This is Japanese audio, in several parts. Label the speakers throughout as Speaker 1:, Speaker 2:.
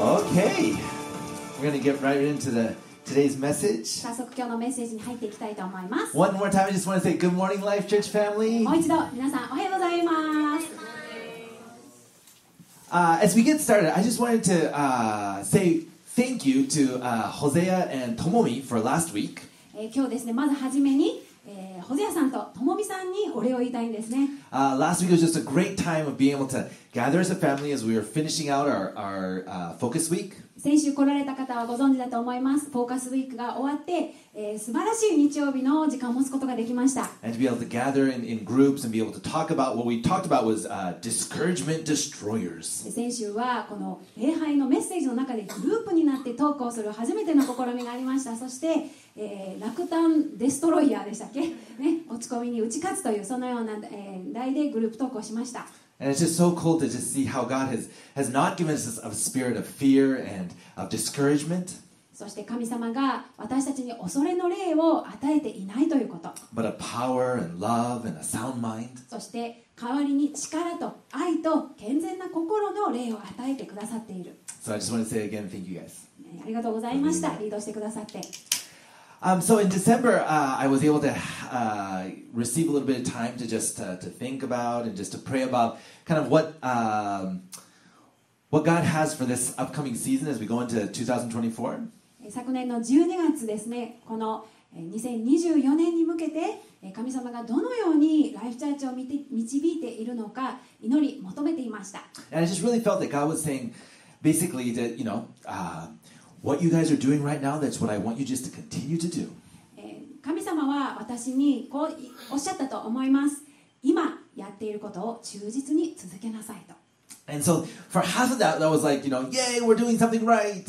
Speaker 1: Okay. We're going to get right into the today's message.
Speaker 2: 早速今日のメッセージに入っていきたいと思いますも
Speaker 1: One more time, I just want to say good morning, Life Church family.
Speaker 2: う一度皆さんおはようございます
Speaker 1: Uh, as we get started, I just wanted to uh, say thank you to uh, Hosea and Tomomi for last week.
Speaker 2: えー今日ですねまずはじめに、えー、ホゼアさんとともみさんにお礼を言いたいんですね
Speaker 1: Uh, last week was just a great time of being able to gather as a family as we were finishing out our, our uh, focus week.
Speaker 2: 先週来られた方はご存知だと思いますフォーカスウィークが終わって、えー素晴らしい日曜日の時間を持つことができました
Speaker 1: And to be able to gather in, in groups and be able to talk about what we talked about was uh, discouragement destroyers.
Speaker 2: 先週はこの礼拝のメッセージの中でグループになってトークをする初めての試みがありましたそして、えー落胆デストロイヤーでしたっけ、ね、落ち込みに打ち勝つというそのような、えー題でグループトークをしました
Speaker 1: And it's just so cool to just see how God has, has not given us a spirit of fear and of discouragement,
Speaker 2: そして神様が私たちに恐れの霊を与えていないということ
Speaker 1: but a power and love and a sound mind.
Speaker 2: そして代わりに力と愛と健全な心の霊を与えてくださっている、
Speaker 1: So I just want to say again, thank you guys.
Speaker 2: えーありがとうございましたリードしてくださって
Speaker 1: Um, so in December, uh, I was able to uh, receive a little bit of time to just uh, to think about and just to pray about kind of what um, what God has for this upcoming season as we go into 2024.
Speaker 2: えー昨年の12月ですねこのえー2024年に向けてえー神様がどのようにライフチャーチを見て導いているのか祈り求めていました
Speaker 1: And I just really felt that God was saying, basically, that you know, uh, what you guys are doing right now, that's what I want you just to continue to do.
Speaker 2: えー神様は私にこういおっしゃったと思います今やっていることを忠実に続けなさいと
Speaker 1: And so for half of that, that was like, you know, yay, we're doing something right.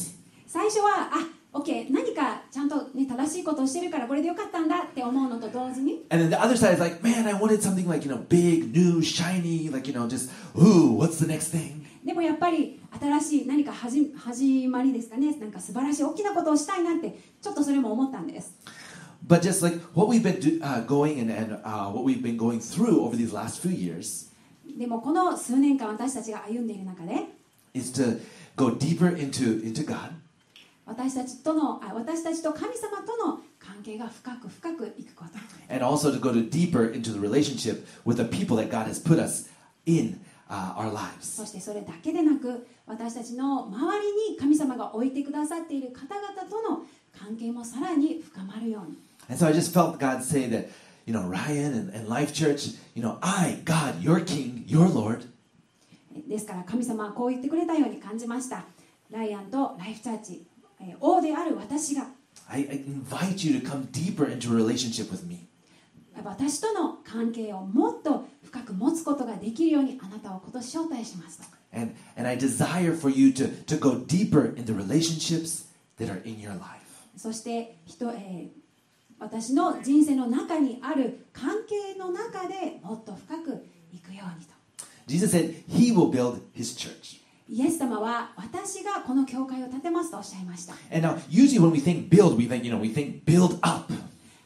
Speaker 2: 最初はあ OK 何かちゃんと、ね、正しいことをしてるからこれでよかったんだって思うのと同時に
Speaker 1: And then the other side is like, man, I wanted something like, you know, big, new, shiny, like, you know, just, ooh, what's the next thing?
Speaker 2: でもやっぱり新しい何か始始まりですかねなんか素晴らしい大きなことをしたいなってちょっとそれも思ったんです
Speaker 1: But just like what we've been do, uh, going and, and uh, what we've been going through over these last few years
Speaker 2: でもこの数年間私たちが歩んでいる中で
Speaker 1: is to go deeper into, into God
Speaker 2: 私たちとのあ私たちと神様との関係が深く深くいくこと
Speaker 1: and also to go to deeper into the relationship with the people that God has put us in uh, our
Speaker 2: そ
Speaker 1: lives.
Speaker 2: してそれだけでなく私たちの周りに神様が置いてくださっている方々との関係もさらに深まるように
Speaker 1: And so I just felt God say that, you know, Ryan and, and Life Church, you know, I, God, your King, your Lord,
Speaker 2: ですから神様はこう言ってくれたように感じましたライアンとライフチャーチえー王である私が
Speaker 1: I I invite you to come deeper into a relationship with me.
Speaker 2: 私との関係をもっと深く持つことができるようにあなたを今年招待しますと
Speaker 1: And, and I desire for you to, to go deeper in the relationships that are in your life.
Speaker 2: そして人、えー私の人生の中にある関係の中でもっと深くいくようにと
Speaker 1: Jesus said he will build his church.
Speaker 2: イエス様は私がこの教会を建てますとおっしゃいました
Speaker 1: And now, usually when we think build, we think, you know, we think build up.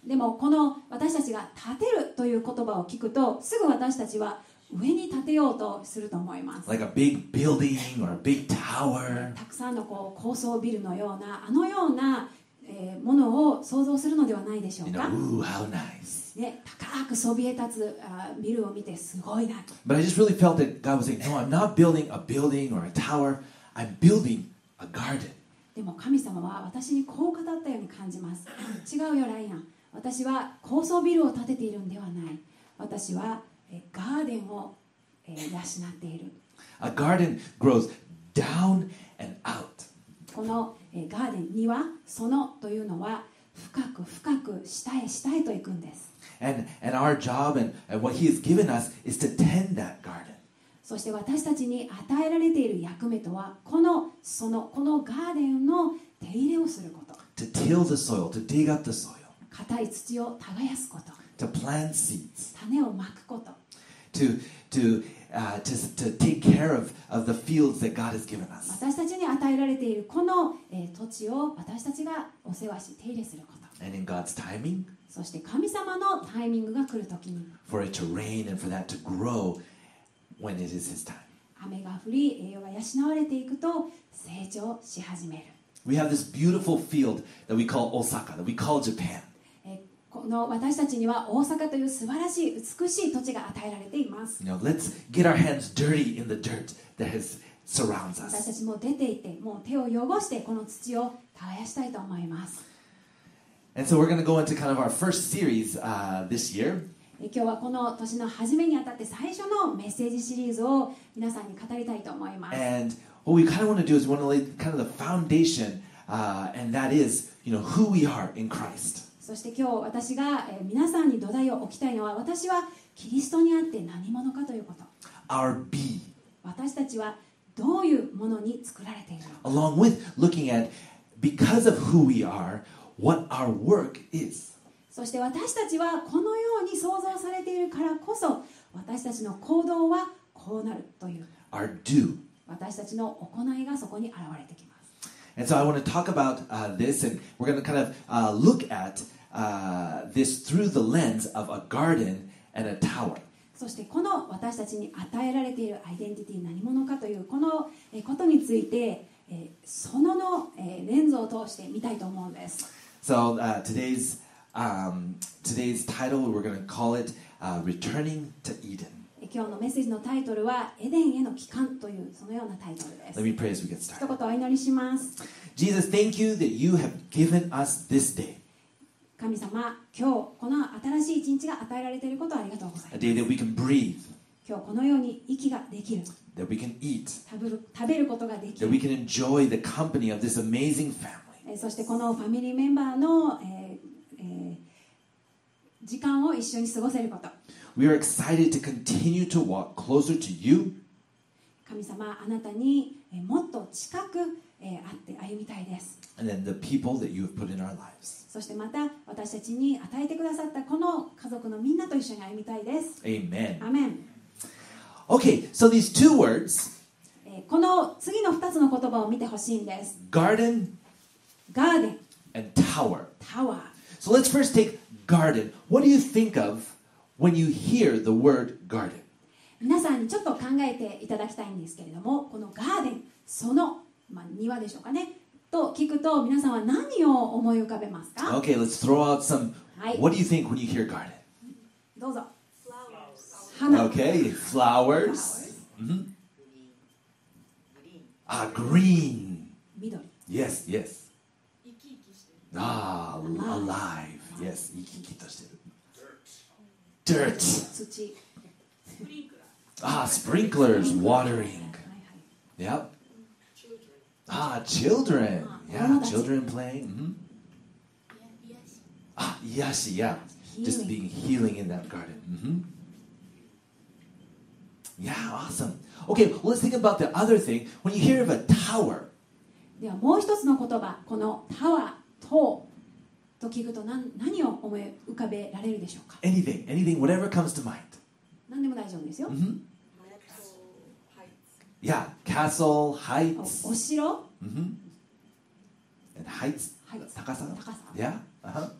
Speaker 2: でもこの私たちが建てるという言葉を聞くとすぐ私たちは上に建てようとすると思います
Speaker 1: like a big building or a big tower.
Speaker 2: たくさんのこう高層ビルのようなあのような、えーものを想像するのではないでしょ
Speaker 1: You
Speaker 2: う
Speaker 1: know,
Speaker 2: か、
Speaker 1: ooh, how nice.
Speaker 2: ね、高くそびえ立つあービルを見てすごいな
Speaker 1: But I just really felt that God was saying, No, I'm not building a building or a tower. I'm building a garden.
Speaker 2: でも神様は私にこう語ったように感じます違うよライアン私は高層ビルを建てているんではない私は、えーガーデンを、えー養っている
Speaker 1: A garden grows down and out.
Speaker 2: この、えーガーデンにはそのというのは深く深く下へ下へと行くんです
Speaker 1: And, and our job and, and what He has given us is to tend that garden.
Speaker 2: そして私たちに与えられている役目とはこのそのこのガーデンの手入れをすること
Speaker 1: to till the soil, to dig up the soil,
Speaker 2: 硬い土を耕すこと
Speaker 1: to plant seeds,
Speaker 2: 種をまくこと
Speaker 1: to to uh, to, to take care of, of the fields that God has given us.
Speaker 2: 私たちに与えられているこの、えー土地を私たちがお世話し手入れすること
Speaker 1: And in God's timing,
Speaker 2: そして神様のタイミングが来るときに
Speaker 1: for it to rain and for that to grow when it is His time.
Speaker 2: 雨が降り栄養が養われていくと成長し始める
Speaker 1: We have this beautiful field that we call Osaka, that we call Japan.
Speaker 2: えーこの私たちには大阪という素晴らしい美しい土地が与えられています
Speaker 1: You know, let's get our hands dirty in the dirt that has, surrounds
Speaker 2: 私
Speaker 1: us.
Speaker 2: たちも出ていってもう手を汚してこの土を耕したいと思います
Speaker 1: And so we're going to go into kind of our first series uh, this year.
Speaker 2: え今日はこの年の初めにあたって最初のメッセージシリーズを皆さんに語りたいと思います、
Speaker 1: And what we kind of want to do is we want to lay kind of the foundation, uh, and that is, you know, who we are in Christ.
Speaker 2: そして今日私がえー皆さんに土台を置きたいのは私はキリストにあって何者かということ
Speaker 1: Our be,
Speaker 2: 私たちはどういうものに作られているのか
Speaker 1: along with looking at because of who we are, what our work is.
Speaker 2: そして私たちはこのように創造されているからこそ私たちの行動はこうなるという
Speaker 1: our do.
Speaker 2: 私たちの行いがそこに現れてきます
Speaker 1: And so I want to talk about uh, this, and we're going to kind of uh, look at uh, this through the lens of a garden and a tower.
Speaker 2: そしてこの私たちに与えられているアイデンティティ何者かというこのえーことについてえーそののえーレンズを通して見たいと思うんです
Speaker 1: So uh, today's um, today's title we're going to call it uh, "Returning to Eden."
Speaker 2: え今日のメッセージのタイトルは「エデンへの帰還」というそのようなタイトルです
Speaker 1: Let me pray as we get
Speaker 2: 一
Speaker 1: started.
Speaker 2: 言お祈りします
Speaker 1: Jesus, thank you that you have given us this day,
Speaker 2: 神様今日この新しい一日が与えられていることをありがとうござい
Speaker 1: a
Speaker 2: ます
Speaker 1: day that we can breathe,
Speaker 2: 今日このように息ができる
Speaker 1: that we can eat,
Speaker 2: 食べる食べることができ
Speaker 1: that we
Speaker 2: る
Speaker 1: can enjoy the company of this amazing family.
Speaker 2: えーそしてこのファミリーメンバーの、えーえー時間を一緒に過ごせること
Speaker 1: We are excited to continue to walk closer to you.
Speaker 2: 神様あなたに、えーもっと近く、えー会って歩みたいです
Speaker 1: and then the people that you have put in our lives.
Speaker 2: そしてまた私たちに与えてくださったこの家族のみんなと一緒に歩みたいです
Speaker 1: Amen.
Speaker 2: アメン
Speaker 1: Okay, so these two words,
Speaker 2: えーこの次の2つの言葉を見てほしいんです
Speaker 1: garden
Speaker 2: ガーデン
Speaker 1: and tower.
Speaker 2: タワー
Speaker 1: So let's first take garden. What do you think of when you hear the word garden?
Speaker 2: 皆さんにちょっと考えていただきたいんですけれどもこのガーデンその、まあ、庭でしょうかねと聞くと皆さんは何を思い浮かべますか
Speaker 1: Okay, let's throw out some.
Speaker 2: Hi.
Speaker 1: What do you think when you hear garden?
Speaker 2: どうぞ花、
Speaker 1: Okay, flowers. Mhm. Ah, green.
Speaker 2: 緑
Speaker 1: Yes, yes.
Speaker 3: 生き生きしてる
Speaker 1: Ah, alive. Yes, 生き生きとしてる。Dirt.
Speaker 2: 土、
Speaker 3: スプリンク
Speaker 1: Ah,
Speaker 3: ラー
Speaker 1: sprinklers, watering.
Speaker 2: はい
Speaker 1: Yep.
Speaker 3: チュー
Speaker 1: Ah, children.
Speaker 2: Ah,
Speaker 1: Yeah,
Speaker 2: that's-
Speaker 1: children playing. hmm
Speaker 3: ドルいや癒し
Speaker 1: Ah, yashi, yeah.
Speaker 2: はい、
Speaker 1: Just
Speaker 2: ヒーリング
Speaker 1: being healing in that garden. hmm Yeah, awesome. Okay, well, let's think about the other thing. When you hear of a tower,
Speaker 2: ではもう一つの言葉このタワー塔と聞くと何何を思い浮かべられるでしょうか
Speaker 1: anything, anything, whatever comes to mind.
Speaker 2: 何でも大丈夫ですよ
Speaker 1: hmm
Speaker 3: えっとはい
Speaker 1: Yeah, castle,
Speaker 2: お
Speaker 1: heights.
Speaker 2: お城
Speaker 1: hmm And heights.
Speaker 2: Heights.
Speaker 1: Takasa.
Speaker 2: 高さ
Speaker 1: Yeah. Uh-huh.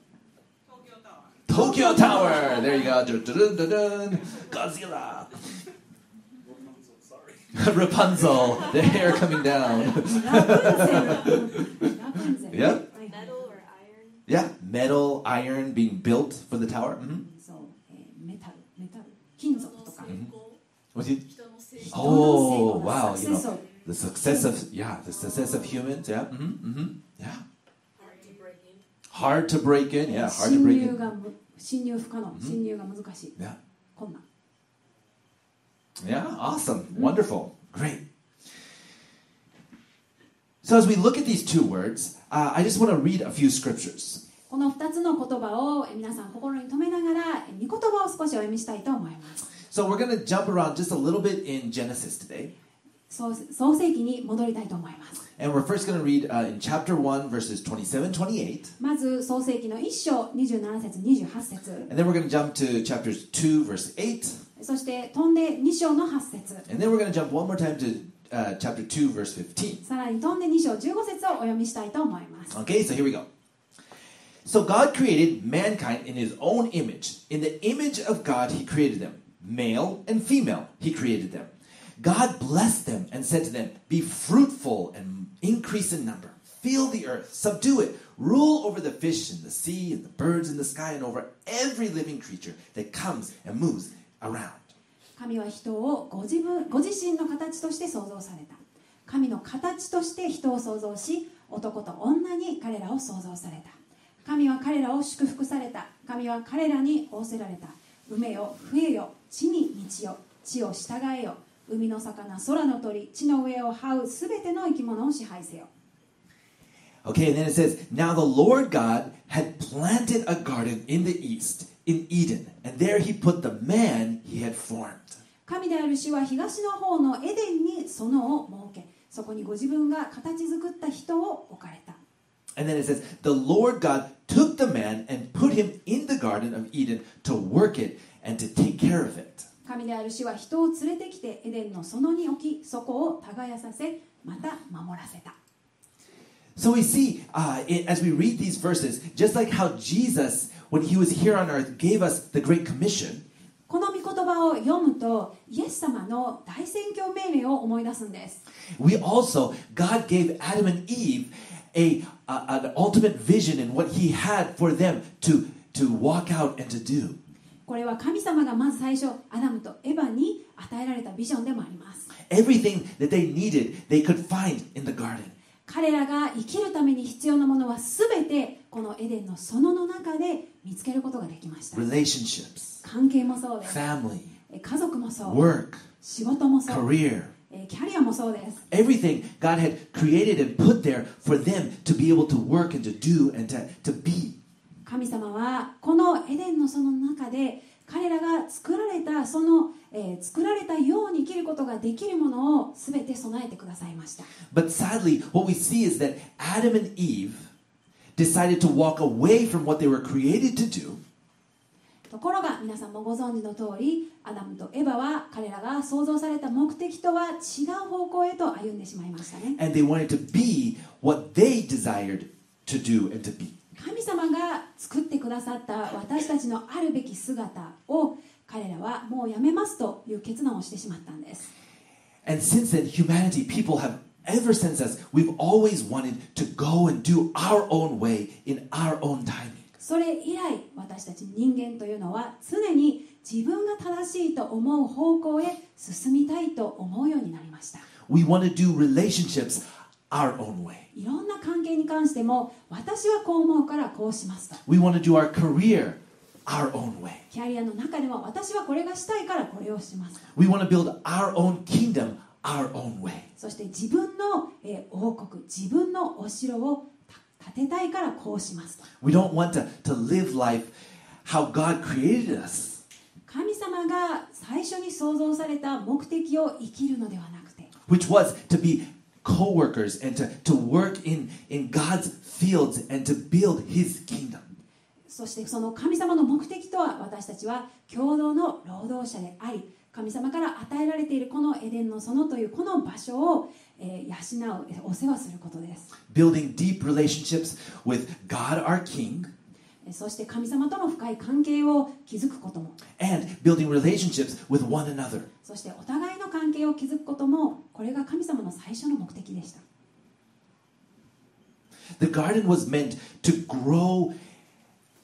Speaker 3: 東京タワ
Speaker 1: Tokyo Tower. There you go. Dun, dun, dun, dun, dun. Godzilla. Rapunzel. The hair coming down.
Speaker 2: ラプンツェルラプンツェル
Speaker 1: Yep.
Speaker 2: はい
Speaker 3: Metal or iron
Speaker 1: Yeah. Metal, iron being built for the tower. hmm
Speaker 2: そう、えーメタルメタル金属
Speaker 3: 人
Speaker 2: と
Speaker 3: の
Speaker 2: か
Speaker 1: Mhm.
Speaker 3: 成功
Speaker 1: Was it
Speaker 3: 人の成
Speaker 1: あ
Speaker 3: 功
Speaker 1: Oh,
Speaker 2: 人の成功
Speaker 1: wow,
Speaker 2: サクセス
Speaker 1: the success
Speaker 2: を
Speaker 1: of yeah the success of humans? Yeah. hmm hmm Yeah.
Speaker 3: hard to break in
Speaker 1: Hard to break in. Yeah. Hard to
Speaker 2: 侵
Speaker 1: break
Speaker 2: 入
Speaker 1: in.
Speaker 2: がむ侵入不可能、
Speaker 1: ん
Speaker 2: 侵入が難しい
Speaker 1: Yeah.
Speaker 2: 困難
Speaker 1: Yeah, awesome. Wonderful. Great. So, as we look at these two words, uh, I just want to read a few scriptures.
Speaker 2: この2つの言葉をえー皆さん心に留めながらえー御言葉を少しお読みしたいと思います
Speaker 1: So, we're going to jump around just a little bit in Genesis today.
Speaker 2: 創創世記に戻りたいと思います
Speaker 1: And we're first going to read uh, in chapter 1, verses 27 28.
Speaker 2: まず創世記の1章27節28節
Speaker 1: And then we're going to jump to chapters 2, verse 8.
Speaker 2: そして飛んで2章の8節
Speaker 1: And then we're going to jump one more time to uh, chapter 2, verse 15.
Speaker 2: さらに飛んで2章15節をお読みしたいと思います、
Speaker 1: Okay, so here we go. So God created mankind in his own image. In the image of God, he created them. Male and female, he created them. God blessed them and said to them, Be fruitful and increase in number. Fill the earth, subdue it, rule over the fish in the sea and the birds in the sky and over every living creature that comes and moves around.
Speaker 2: 神は人をご自分ご自身の形として創造された神の形として人を創造し男と女に彼らを創造された神は彼らを祝福された神は彼らに仰せられた埋めよ増えよ地に満ちよ地を従えよ海の魚空の鳥地の上を這うすべての生き物を支配せよ
Speaker 1: Okay, and then it says, Now the Lord God had planted a garden in the east, in Eden, and there he put the man he had formed.
Speaker 2: 神である主は東の方のエデンに園を設けそこにご自分が形作った人を置かれた
Speaker 1: And then it says, The Lord God took the man and put him in the garden of Eden to work it and to take care of it.
Speaker 2: 神である主は人を連れてきてエデンの園に置きそこを耕させまた守らせた
Speaker 1: So we see, uh, i- as we read these verses, just like how Jesus, when he was here on earth, gave us the Great Commission,
Speaker 2: この御言葉を読むとイエス様の大宣教命令を思い出すんです
Speaker 1: we also, God gave Adam and Eve a, a, an ultimate vision in what he had for them to, to walk out and to do.
Speaker 2: これは神様がまず最初アダムとエヴァに与えられたビジョンでもあります
Speaker 1: Everything that they needed, they could find in the garden.
Speaker 2: 彼らが生きるために必要なものは全てこのエデンの園の中で見つけることができました
Speaker 1: Relationships,
Speaker 2: 関係もそうです
Speaker 1: family,
Speaker 2: え家族もそう
Speaker 1: work,
Speaker 2: 仕事もそう
Speaker 1: career.
Speaker 2: えキャリアもそうです
Speaker 1: Everything God had created and put there for them to be able to work and to do and to, to be.
Speaker 2: 神様はこのエデンの園の中で彼らが作られたその、えー作られたように生きることができるものを全て備えてくださいました
Speaker 1: But sadly, what we see is that Adam and Eve decided to walk away from what they were created to do
Speaker 2: ところが皆さんもご存知の通りアダムとエヴァは彼らが創造された目的とは違う方向へと歩んでしまいましたね
Speaker 1: and they wanted to be what they desired to do and to be.
Speaker 2: 神様が作ってくださった私たちのあるべき姿を彼らはもうやめますという決断をしてしまったんです
Speaker 1: And since then, humanity, people have ever since us, we've always wanted to go and do our own way in our own timing.
Speaker 2: それ以来私たち人間というのは常に自分が正しいと思う方向へ進みたいと思うようになりました
Speaker 1: We want to do relationships our own way.
Speaker 2: いろんな関係に関しても私はこう思うからこうしますと
Speaker 1: We want to do our career our own way.
Speaker 2: キャリアの中でも私はこれがしたいからこれをしますと
Speaker 1: We want to build our own kingdom our own way.
Speaker 2: そして自分の、えー王国自分のお城をた建てたいからこうしますと
Speaker 1: We don't want to, to live life how God created us.
Speaker 2: 神様が最初に創造された目的を生きるのではなくて
Speaker 1: which was to be co-workers and to, to work in, in God's fields and to build his kingdom.
Speaker 2: そしてその神様の目的とは私たちは共同の労働者であり神様から与えられているこのエデンの園というこの場所を、えー養うえーお世話することです
Speaker 1: Building deep relationships with God our King
Speaker 2: えーそして神様との深い関係を築くことも
Speaker 1: and building relationships with one another.
Speaker 2: そしてお互いの関係を築くこともこれが神様の最初の目的でした
Speaker 1: The garden was meant to grow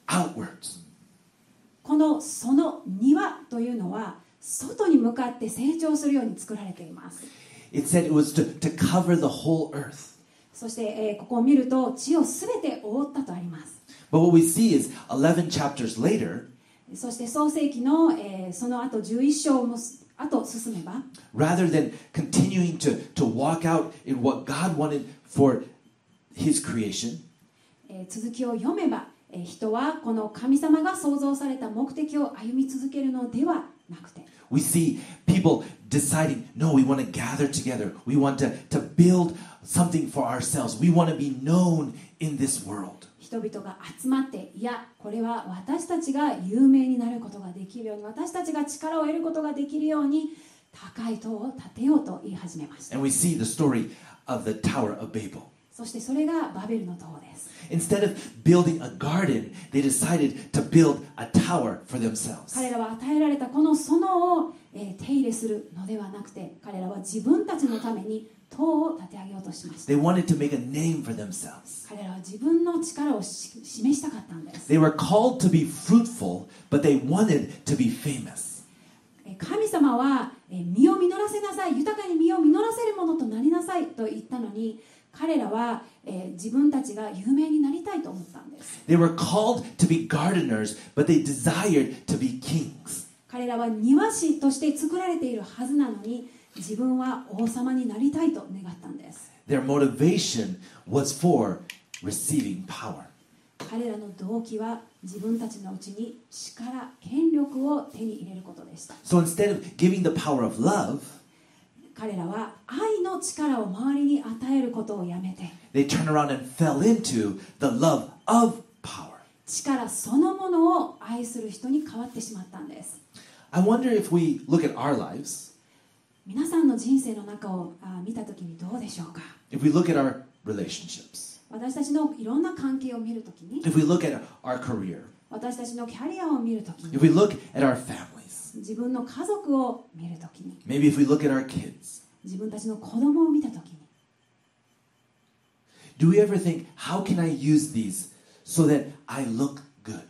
Speaker 1: outwards.
Speaker 2: このその庭というのは外に向かって成長するように作られています
Speaker 1: It said it was to, to cover the whole earth.
Speaker 2: そして、えーここを見ると地を全て覆ったとあります
Speaker 1: But what we see is 11 chapters later,
Speaker 2: そして創世紀の、えーその後11章もす後進めば
Speaker 1: rather than continuing to, to walk out in what God wanted for his creation,
Speaker 2: えー続きを読めば、えー人はこの神様が創造された目的を歩み続けるのではなくて
Speaker 1: We see people deciding, no, we want to gather together. We want to, to build something for ourselves. We want to be known in this world.
Speaker 2: 人々が集まっていやこれは私たちが有名になることができるように私たちが力を得ることができるように高い塔を建てようと言い始めました
Speaker 1: And we see the story of the Tower of Babel.
Speaker 2: そしてそれがバベルの塔です
Speaker 1: Instead of building a garden, they decided to build a tower for themselves.
Speaker 2: 彼らは与えられたこの園を、えー手入れするのではなくて彼らは自分たちのために塔を建て上げようとしました
Speaker 1: They wanted to make a name for themselves.
Speaker 2: 彼らは自分の力をし示したかったんです
Speaker 1: They were called to be fruitful, but they wanted to be famous.
Speaker 2: えー神様はえー実を実らせなさい豊かに実を実らせるものとなりなさいと言ったのに彼らは、えー自分たちが有名になりたいと思ったんです
Speaker 1: They were called to be gardeners, but they desired to be kings.
Speaker 2: 彼らは庭師として作られているはずなのに自分は王様になりたいと願ったんです
Speaker 1: Their motivation was for receiving power.
Speaker 2: 彼らの動機は自分たちのうちに力権力を手に入れることでした
Speaker 1: So instead of giving the power of love,
Speaker 2: 彼らは愛の力を周りに与えることをやめて
Speaker 1: they turned around and fell into the love of power.
Speaker 2: 力そのものを愛する人に変わってしまったんです
Speaker 1: I wonder if we look at our lives,
Speaker 2: 皆さんの人生の中をあ見た時にどうでしょうか
Speaker 1: if we look at our relationships,
Speaker 2: 私たちのいろんな関係を見るときに
Speaker 1: if we look at our career,
Speaker 2: 私たちのキャリアを見るとき
Speaker 1: if
Speaker 2: に
Speaker 1: we look at our families,
Speaker 2: 自分の家族を見るときに
Speaker 1: maybe if we look at our kids,
Speaker 2: 自分たちの子供を見たときに
Speaker 1: do we ever think, how can I use these so that I look good?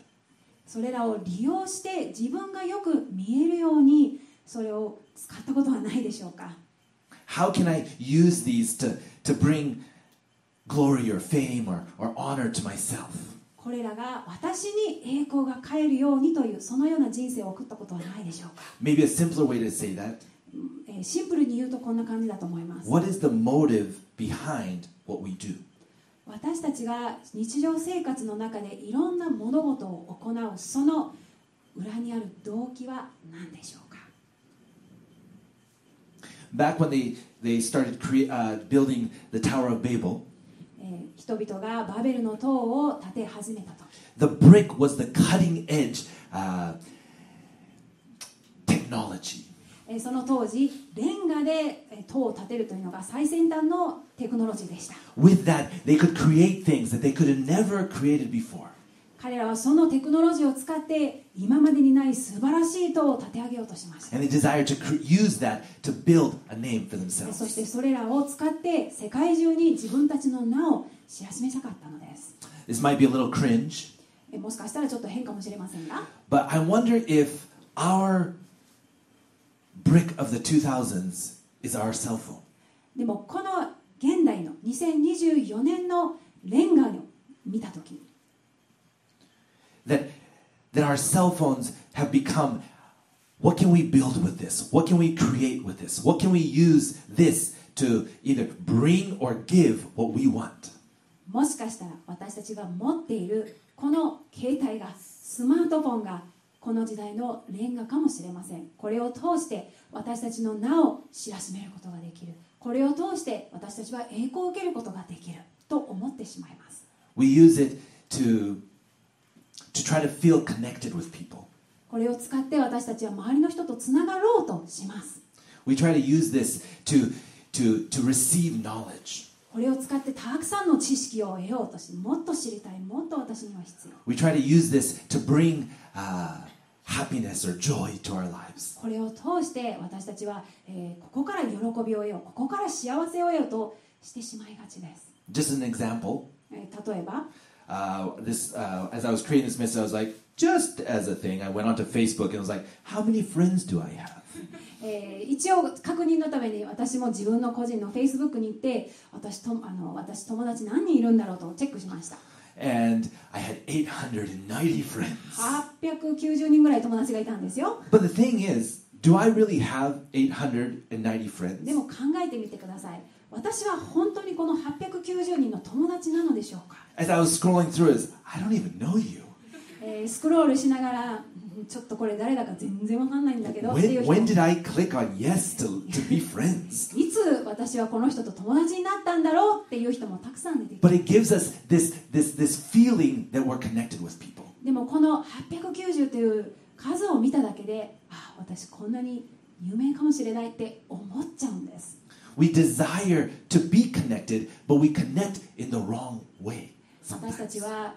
Speaker 2: それらを利用して自分がよく見えるようにそれを使ったことはないでしょうか
Speaker 1: How can I use these to, to bring glory or fame or, or honor to myself?
Speaker 2: これらが私に栄光が返るようにというそのような人生を送ったことはないでしょうか、
Speaker 1: Maybe a simpler way to say that
Speaker 2: えーシンプルに言うとこんな感じだと思います
Speaker 1: what is the motive behind what we do?
Speaker 2: 私たちが日常生活の中でいろんな物事を行うその裏にある動機は何でしょうか
Speaker 1: Back when they, they started cre- uh, building the Tower of Babel,
Speaker 2: えー人々がバベルの塔を建て始めた時
Speaker 1: the brick was the cutting edge uh, technology.
Speaker 2: えーその当時レンガでえー塔を建てるというのが最先端のテクノロジーでした
Speaker 1: With that, they could create things that they could have never created before.
Speaker 2: 彼らはそのテクノロジーを使って今までにない素晴らしい塔を建て上げようとしました
Speaker 1: And they desired to cre- use that to build a name for
Speaker 2: え
Speaker 1: themselves.
Speaker 2: そしてそれらを使って世界中に自分たちの名を知らしめたかったのです
Speaker 1: This might be a little cringe,
Speaker 2: えもしかしたらちょっと変かもしれませんが
Speaker 1: but I wonder if our brick of the 2000s is our cell phone.
Speaker 2: でもこの現代の2024年のレンガを見た時に
Speaker 1: That, that our cell phones have become what can we build with this? What can we create with this? What can we use this to either bring or give what we want?
Speaker 2: もしかしたら私たちが持っているこの携帯がスマートフォンがこの時代のレンガかもしれませんこれを通して私たちの名を知らしめることができるこれを通して私たちは栄光を受けることができると思ってしまいます
Speaker 1: We use it to, to try to feel connected with people.
Speaker 2: これを使って私たちは周りの人とつながろうとします
Speaker 1: We try to use this to, to, to receive knowledge.
Speaker 2: これを使ってたくさんの知識を得ようとしもっと知りたいもっと私には必要
Speaker 1: We try to use this to bring uh, happiness or joy to our lives.
Speaker 2: これを通して私たちは、えーここから喜びを得ようここから幸せを得ようとしてしまいがちです、
Speaker 1: Just an example.
Speaker 2: えー例えば、
Speaker 1: Uh, this, uh, as I was creating this message, I was like, just as a thing, I went onto Facebook and was like, how many friends do I have?
Speaker 2: えー一応確認のために私も自分の個人の Facebook に行って私とあの私友達何人いるんだろうとチェックしました
Speaker 1: And I had 890 friends.
Speaker 2: 890人ぐらい友達がいたんですよ
Speaker 1: But the thing is, do I really have 890
Speaker 2: で
Speaker 1: friends?
Speaker 2: も考えてみてください私は本当にこの890人の友達なのでしょうか
Speaker 1: As I was scrolling through, is I don't even know you.
Speaker 2: えースクロールしながらうんちょっとこれ誰だか全然わかんないんだけどっていう
Speaker 1: When,
Speaker 2: 人
Speaker 1: when did I click on yes to, to be friends?
Speaker 2: いつ私はこの人と友達になったんだろうっていう人もたくさん出てきて
Speaker 1: But it gives us this, this, this feeling that we're connected with people.
Speaker 2: でもこの890という数を見ただけであ私こんなに有名かもしれないって思っちゃうんです
Speaker 1: We desire to be connected, but we connect in the wrong way.
Speaker 2: 私たち
Speaker 1: Sometimes.
Speaker 2: は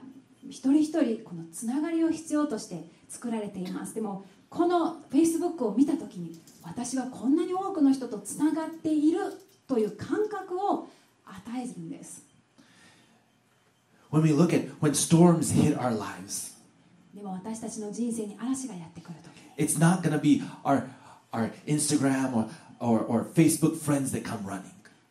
Speaker 2: 一人一人このつながりを必要として作られていますでもこの Facebook を見た時に私はこんなに多くの人とつながっているという感覚を与えるんです
Speaker 1: When we look at when storms hit our lives,
Speaker 2: でも私たちの人生に嵐がやってくる時
Speaker 1: it's not going to be our, our Instagram or, or, or Facebook friends that come running.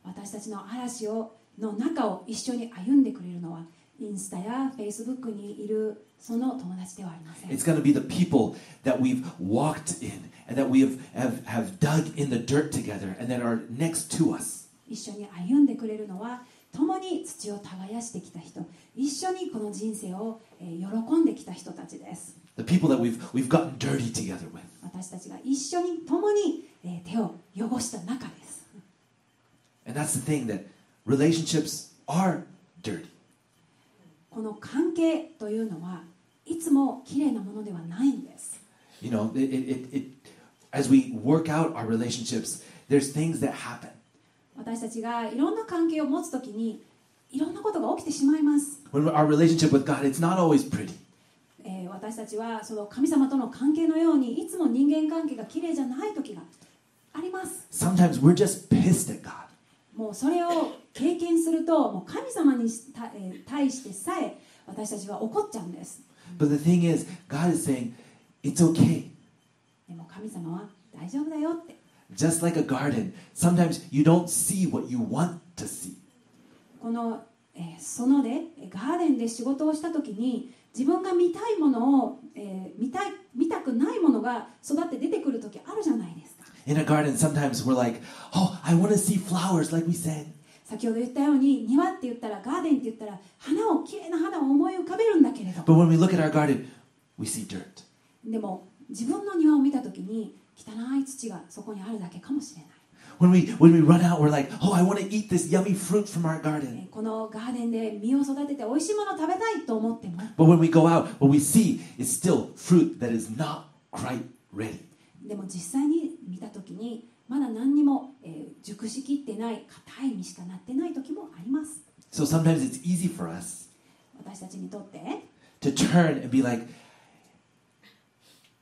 Speaker 2: 私たちの嵐をの中を一緒に歩んでくれるのはインスタや Facebook にいるその友達ではありません
Speaker 1: It's going to be the people that we've walked in and that we have, have, have dug in the dirt together and that are next to us.
Speaker 2: 一緒に歩んでくれるのは共に土を耕してきた人一緒にこの人生をえー喜んできた人たちです
Speaker 1: The people that we've, we've gotten dirty together with.
Speaker 2: 私たちが一緒に共にえー手を汚した中です
Speaker 1: And that's the thing that relationships are dirty.
Speaker 2: この関係というのはいつも綺麗なものではないんです
Speaker 1: You know, it, it, it, it, as we work out our relationships, there's things that happen.
Speaker 2: 私たちがいろんな関係を持つときにいろんなことが起きてしまいます、
Speaker 1: When our relationship with God, it's not always pretty.
Speaker 2: えー私たちはその神様との関係のようにいつも人間関係が綺麗じゃない時があります
Speaker 1: Sometimes we're just pissed at God.
Speaker 2: もうそれを経験するともう神様にした、えー対してさえ私たちは怒っちゃうんです
Speaker 1: But the thing is, God is saying, it's okay.
Speaker 2: でも神様は大丈夫だよって
Speaker 1: Just like a garden, sometimes you don't see what you want to see.
Speaker 2: この、えーそのでえーガーデンで仕事をした時に自分が見たいものを、えー見たい見たくないものが育って出てくる時あるじゃないですか
Speaker 1: In a garden, sometimes we're like, oh, I want to see flowers, like we said.
Speaker 2: 先ほど言ったように庭って言ったらガーデンって言ったら花を綺麗な花を思い浮かべるんだけれど
Speaker 1: But when we look at our garden, we see dirt.
Speaker 2: でも自分の庭を見た時に汚い土がそこにあるだけかもしれない
Speaker 1: When we when we run out, we're like, oh, I want to eat this yummy fruit from our
Speaker 2: え
Speaker 1: garden.
Speaker 2: ーこのガーデンで実を育てて美味しいものを食べたいと思っても
Speaker 1: But when we go out, what we see is still fruit that is not quite ready.
Speaker 2: でも実際に見た時にまだ何にも、えー熟しきってない硬い実しかなってない時もあります
Speaker 1: So sometimes it's easy for us
Speaker 2: 私たちにとって
Speaker 1: to turn and be like,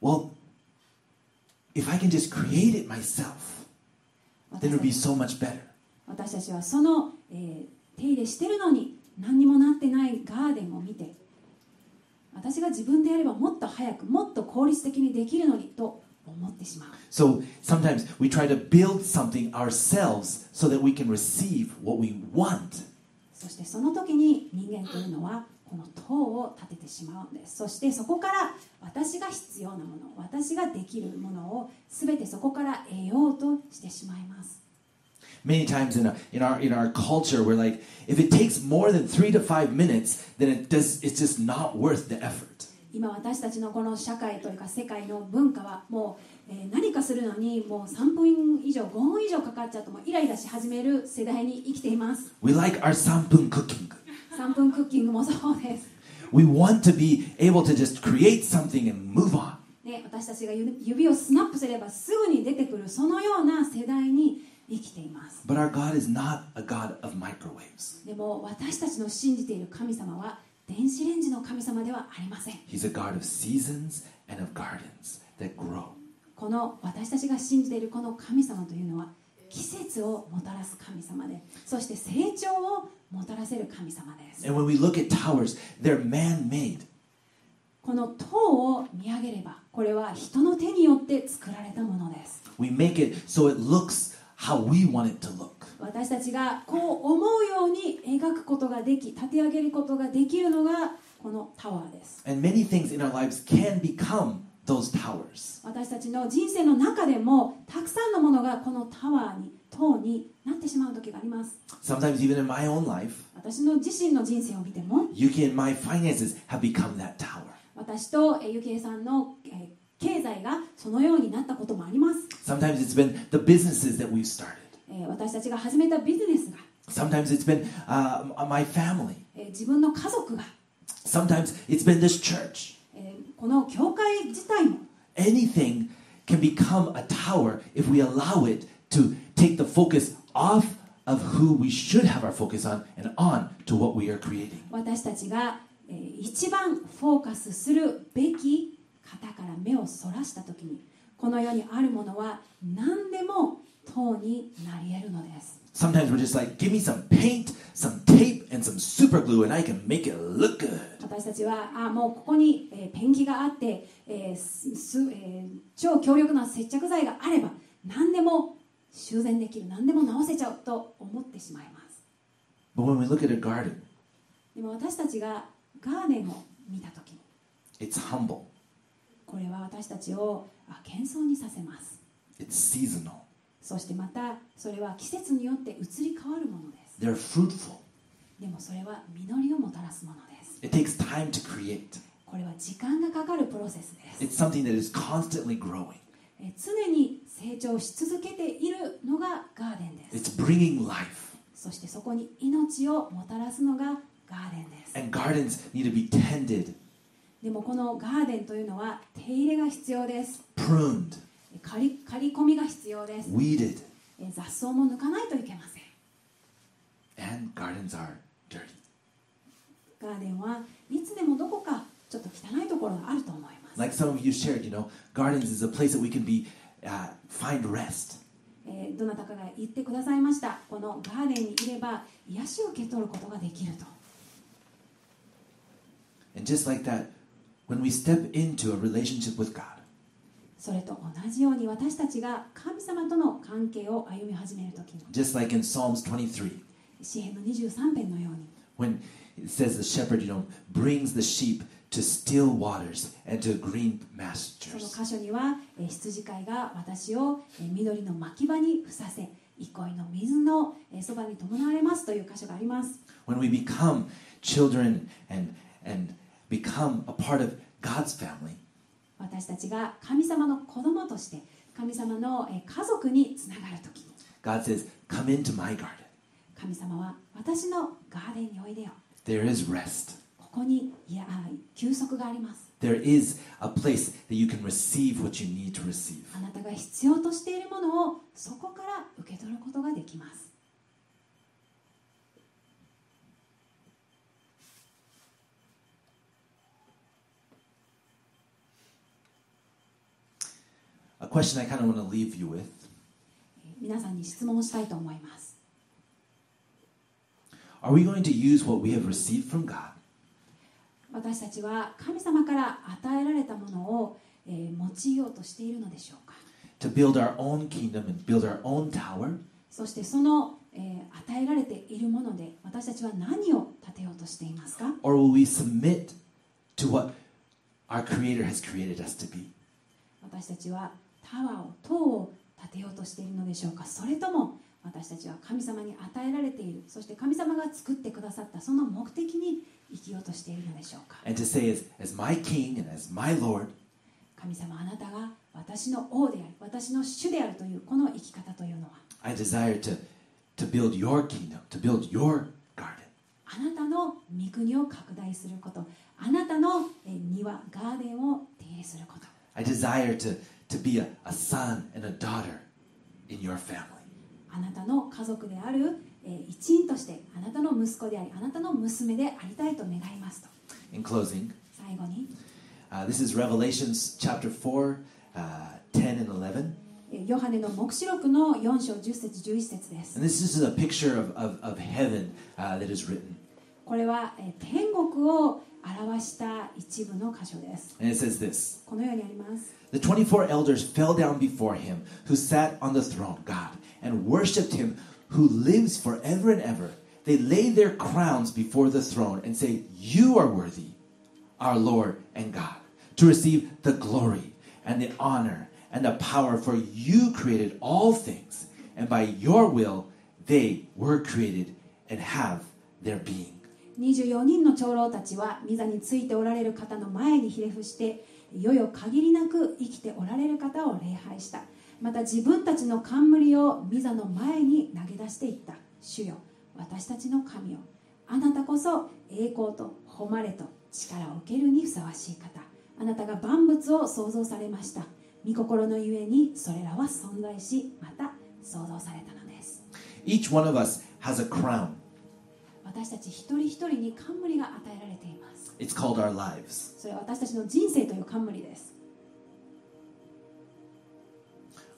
Speaker 1: well, if I can just create it myself, then it
Speaker 2: 私た
Speaker 1: would be
Speaker 2: ち
Speaker 1: so much better.
Speaker 2: 私たちはその、えー手入れしてるのに何にもなってないガーデンを見て私が自分でやればもっと早くもっと効率的にできるのにと思ってしまう
Speaker 1: So sometimes we try to build something ourselves so that we can receive what we want.
Speaker 2: そしてその時に人間というのはこの塔を立ててしまうんですそしてそこから私が必要なもの私ができるものを全てそこから得ようとしてしまいます
Speaker 1: Many times in, a, in our in our culture, we're like, if it takes more than three to five minutes, then it does. It's just not worth the effort.
Speaker 2: 今私たちのこの社会というか世界の文化はもう、えー何かするのにもう3分以上5分以上かかっちゃうともうイライラし始める世代に生きています
Speaker 1: We like our sampun cooking.
Speaker 2: 3分クッキングもそうです、
Speaker 1: We want to be able to just create something and move on.
Speaker 2: ね、私たちが指指をスナップすればすぐに出てくるそのような世代に生きています
Speaker 1: But our God is not a God of microwaves.
Speaker 2: でも私たちの信じている神様は電子レンジの神様ではありません
Speaker 1: He's a God of seasons and of gardens that grow.
Speaker 2: この私たちが信じているこの神様というのは季節をもたらす神様でそして成長をもたらせる神様です
Speaker 1: And when we look at towers, they're man-made.
Speaker 2: この塔を見上げればこれは人の手によって作られたものです
Speaker 1: We make it so it looks how we want it to look.
Speaker 2: 私たちがこう思うように描くことができ立て上げることができるのがこのタワーです
Speaker 1: And many things in our lives can become those towers.
Speaker 2: 私たちの人生の中でもたくさんのものがこのタワーに塔になってしまう時があります
Speaker 1: Sometimes, even in my own life,
Speaker 2: 私の自身の人生を見ても
Speaker 1: Yuki and my finances have become that tower.
Speaker 2: 私とえーゆきえさんのえー経済がそのようになったこともあります、
Speaker 1: Sometimes it's been the businesses that we've started.
Speaker 2: えー私たちが始めたビジネスが
Speaker 1: Sometimes it's been uh, m- my family.
Speaker 2: えー自分の家族が
Speaker 1: Sometimes it's been this church.
Speaker 2: えーこの教会自体も
Speaker 1: Anything can become a tower if we allow it to take the focus off of who we should have our focus on and on to what we are creating.
Speaker 2: 私たちがえー一番フォーカスするべき方から目をそらした時にこの世にあるものは何でも塔になり得るのです
Speaker 1: Sometimes we're just like, give me some paint, some tape, and some super glue, and I can make it look good.
Speaker 2: 私たちはあもうここに、えーペンキがあって、えーすすえー超強力な接着剤があれば何でも修繕できる何でも直せちゃうと思ってしまいます
Speaker 1: But when we look at a garden,
Speaker 2: でも私たちがガーデンを見た時に
Speaker 1: it's humble,
Speaker 2: これは私たちをあ謙遜にさせます
Speaker 1: it's seasonal,
Speaker 2: そしてまたそれは季節によって移り変わるものです
Speaker 1: they're fruitful.
Speaker 2: でもそれは実りをもたらすものです
Speaker 1: It takes time to create,
Speaker 2: これは時間がかかるプロセスです
Speaker 1: it's something that is constantly growing,
Speaker 2: え常に成長し続けているのがガーデンです
Speaker 1: it's bringing life.
Speaker 2: そしてそこに命をもたらすのがガーデンです
Speaker 1: And gardens need to be tended,
Speaker 2: でもこのガーデンというのは手入れが必要です
Speaker 1: pruned,
Speaker 2: 刈り刈り込みが必要です
Speaker 1: weeded,
Speaker 2: え雑草も抜かないといけません
Speaker 1: and gardens are dirty.
Speaker 2: ガーデンはいつでもどこかちょっと汚いところがあると思います、
Speaker 1: Like some of you shared, you know, gardens is a place that we can be, uh, find rest.
Speaker 2: えーどなたかが言ってくださいましたこのガーデンにいれば癒しを受け取ることができると
Speaker 1: And just like that, when we step into a relationship with God,
Speaker 2: それと同じように私たちが神様との関係を歩み始めるときに
Speaker 1: just like in Psalms 23,
Speaker 2: 詩篇の23編のように
Speaker 1: when it says the shepherd, you know, brings the sheep to still waters and to green
Speaker 2: その
Speaker 1: pastures.
Speaker 2: 箇所には、えー羊飼いが私を、えー緑の牧場にふさせ憩いの水のえーそばに伴われますという箇所があります
Speaker 1: When we become children and and become a part of God's family,
Speaker 2: 私たちが神様の子供として神様のえー家族につながるときに
Speaker 1: God says, "Come into my garden.
Speaker 2: 神様は私のガーデンにおいでよ
Speaker 1: There is rest.
Speaker 2: ここにいやあ休息があります
Speaker 1: There is a place that you can receive what you need to receive."
Speaker 2: あなたが必要としているものをそこから受け取ることができます
Speaker 1: A question I kind of want to leave you with:
Speaker 2: えー皆さんに質問したいと思います
Speaker 1: Are we going to use what we have received from God
Speaker 2: 私たちは神様から与えられたものを、えー用いようとしているのでしょうか
Speaker 1: to build our own kingdom and build our own tower?
Speaker 2: そしてその、えー与えられているもので私たちは何を建てようとしていますか
Speaker 1: Or will we submit to what our Creator has created us to be?
Speaker 2: 私たちはタワーを塔を建てようとしているのでしょうかそれとも私たちは神様に与えられているそして神様が作ってくださったその目的に生きようとしているのでしょうか
Speaker 1: And to say, as, as my King and as my Lord,
Speaker 2: 神様あなたが私の王であり私の主であるというこの生き方というのは
Speaker 1: I desire to, to build your kingdom, to build your garden.
Speaker 2: あなたの御国を拡大することあなたのえー庭ガーデンを手入れすること
Speaker 1: I desire to, to be a, a son and a daughter in your family.
Speaker 2: あなたの家族であるえー一員としてあなたの息子でありあなたの娘でありたいと願いますと
Speaker 1: In closing,
Speaker 2: 最後に
Speaker 1: uh, this is Revelations chapter 4, uh, 10 and 11.
Speaker 2: えーヨハネの黙示録の4章10節11節です
Speaker 1: And this, this is a picture of, of, of heaven uh, that is written.
Speaker 2: これはえー天国を表した一部の箇所です
Speaker 1: And it says this.
Speaker 2: このようにあります
Speaker 1: The 24 elders fell down before him who sat on the throne, God, and worshiped him who lives forever and ever. They lay their crowns before the throne and say, You are worthy, our Lord and God, to receive the glory and the honor and the power, for you created all things, and by your will they were created and have their being.
Speaker 2: 24人の長老たちは御座についておられる方の前にひれ伏していよよ限りなく生きておられる方を礼拝したまた自分たちの冠を御座の前に投げ出していった主よ私たちの神よあなたこそ栄光と誉れと力を受けるにふさわしい方あなたが万物を創造されました御心のゆえにそれらは存在しまた創造されたのです
Speaker 1: Each one of us has a crown.
Speaker 2: 私たち一人一人に冠が与えられています
Speaker 1: It's called our lives.
Speaker 2: それは私たちの人生という冠です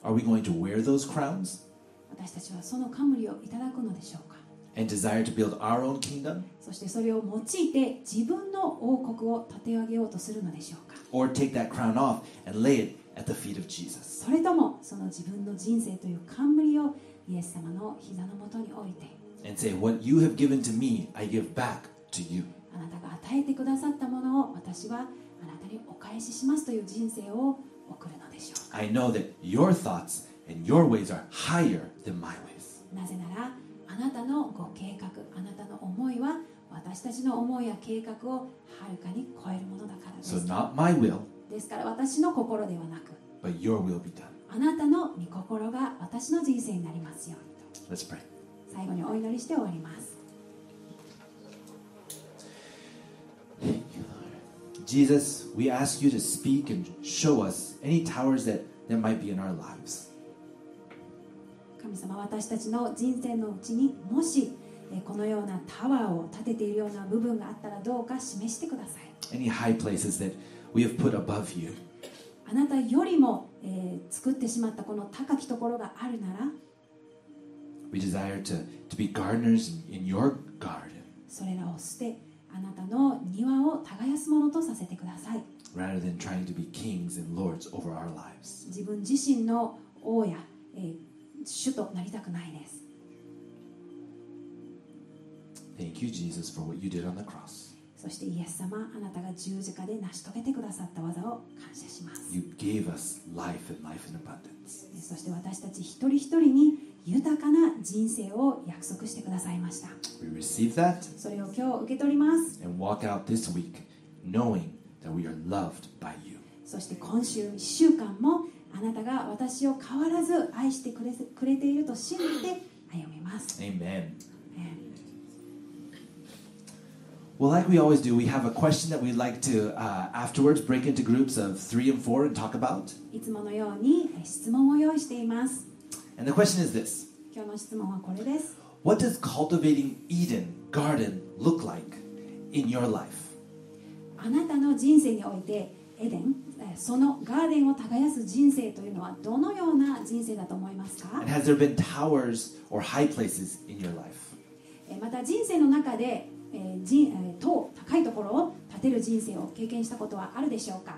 Speaker 1: Are we going to wear those crowns
Speaker 2: 私たちはその冠をいただくのでしょうか
Speaker 1: and desire to build our own kingdom?
Speaker 2: そしてそれを用いて自分の王国を立て上げようとするのでしょうか
Speaker 1: Or take that crown off and lay it at the feet of Jesus?
Speaker 2: それともその自分の人生という冠をイエス様の膝のもとに置いて
Speaker 1: And say, What you have given to me, I give back to you.
Speaker 2: あなたが与えてくださったものを私はあなたにお返ししますという人生を送るのでしょう
Speaker 1: I know that your thoughts and your ways are higher than my ways.
Speaker 2: なぜならあなたのご計画あなたの思いは私たちの思いや計画をはるかに超えるものだからで
Speaker 1: So
Speaker 2: す
Speaker 1: not my will,
Speaker 2: ですから私の心ではなく
Speaker 1: but your will be done.
Speaker 2: あなたの御心が私の人生になりますようにと
Speaker 1: Let's pray.
Speaker 2: 最後にお祈りして終わります。
Speaker 1: Jesus, we ask you to speak and show us any towers that, that might be in our lives.
Speaker 2: 神様私たちの人生のうちにもしえーこのようなタワーを建てているような部分があったらどうか示してください
Speaker 1: Any high places that we have put above you.
Speaker 2: あなたよりも、えー作ってしまったこの高きところがあるなら
Speaker 1: We desire to, to be gardeners in, in your garden
Speaker 2: それらを捨てあなたの庭を耕すものとさせてください
Speaker 1: rather than trying to be kings and lords over our lives.
Speaker 2: 自分自身の王や、えー主となりたくないです
Speaker 1: Thank you, Jesus, for what you did on the cross.
Speaker 2: そしてイエス様あなたが十字架で成し遂げてくださった技を感謝します
Speaker 1: You gave us life and life in abundance.
Speaker 2: そして私たち一人一人に豊かな人生を約束してくださいました
Speaker 1: We receive that
Speaker 2: それを今日受け取ります
Speaker 1: and walk out this week knowing that we are loved by you.
Speaker 2: そして今週1週間もあなたが私を変わらず愛してくれくれていると信じて歩みます、
Speaker 1: Amen.
Speaker 2: ね
Speaker 1: Well, like we always do, we have a question that we'd like to uh, afterwards break into groups of three and four and talk about.
Speaker 2: いつものようにえ質問を用意しています
Speaker 1: And the question is this
Speaker 2: 今日の質問はこれです
Speaker 1: What does cultivating Eden garden look like in your life?
Speaker 2: あなたの人生においてエデンえそのガーデンを耕す人生というのはどのような人生だと思いますか
Speaker 1: And has there been towers or high places in your life?
Speaker 2: えーまた人生の中で、えー人えー塔高いところを建てる人生を経験したことはあるでしょうか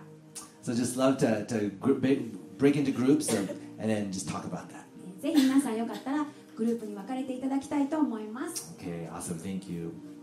Speaker 1: So just love to, to gr- ba- break into groups and, and then just talk about that.
Speaker 2: えーぜひ皆さんよかったらグループに分かれていただきたいと思います
Speaker 1: Okay, awesome. Thank you.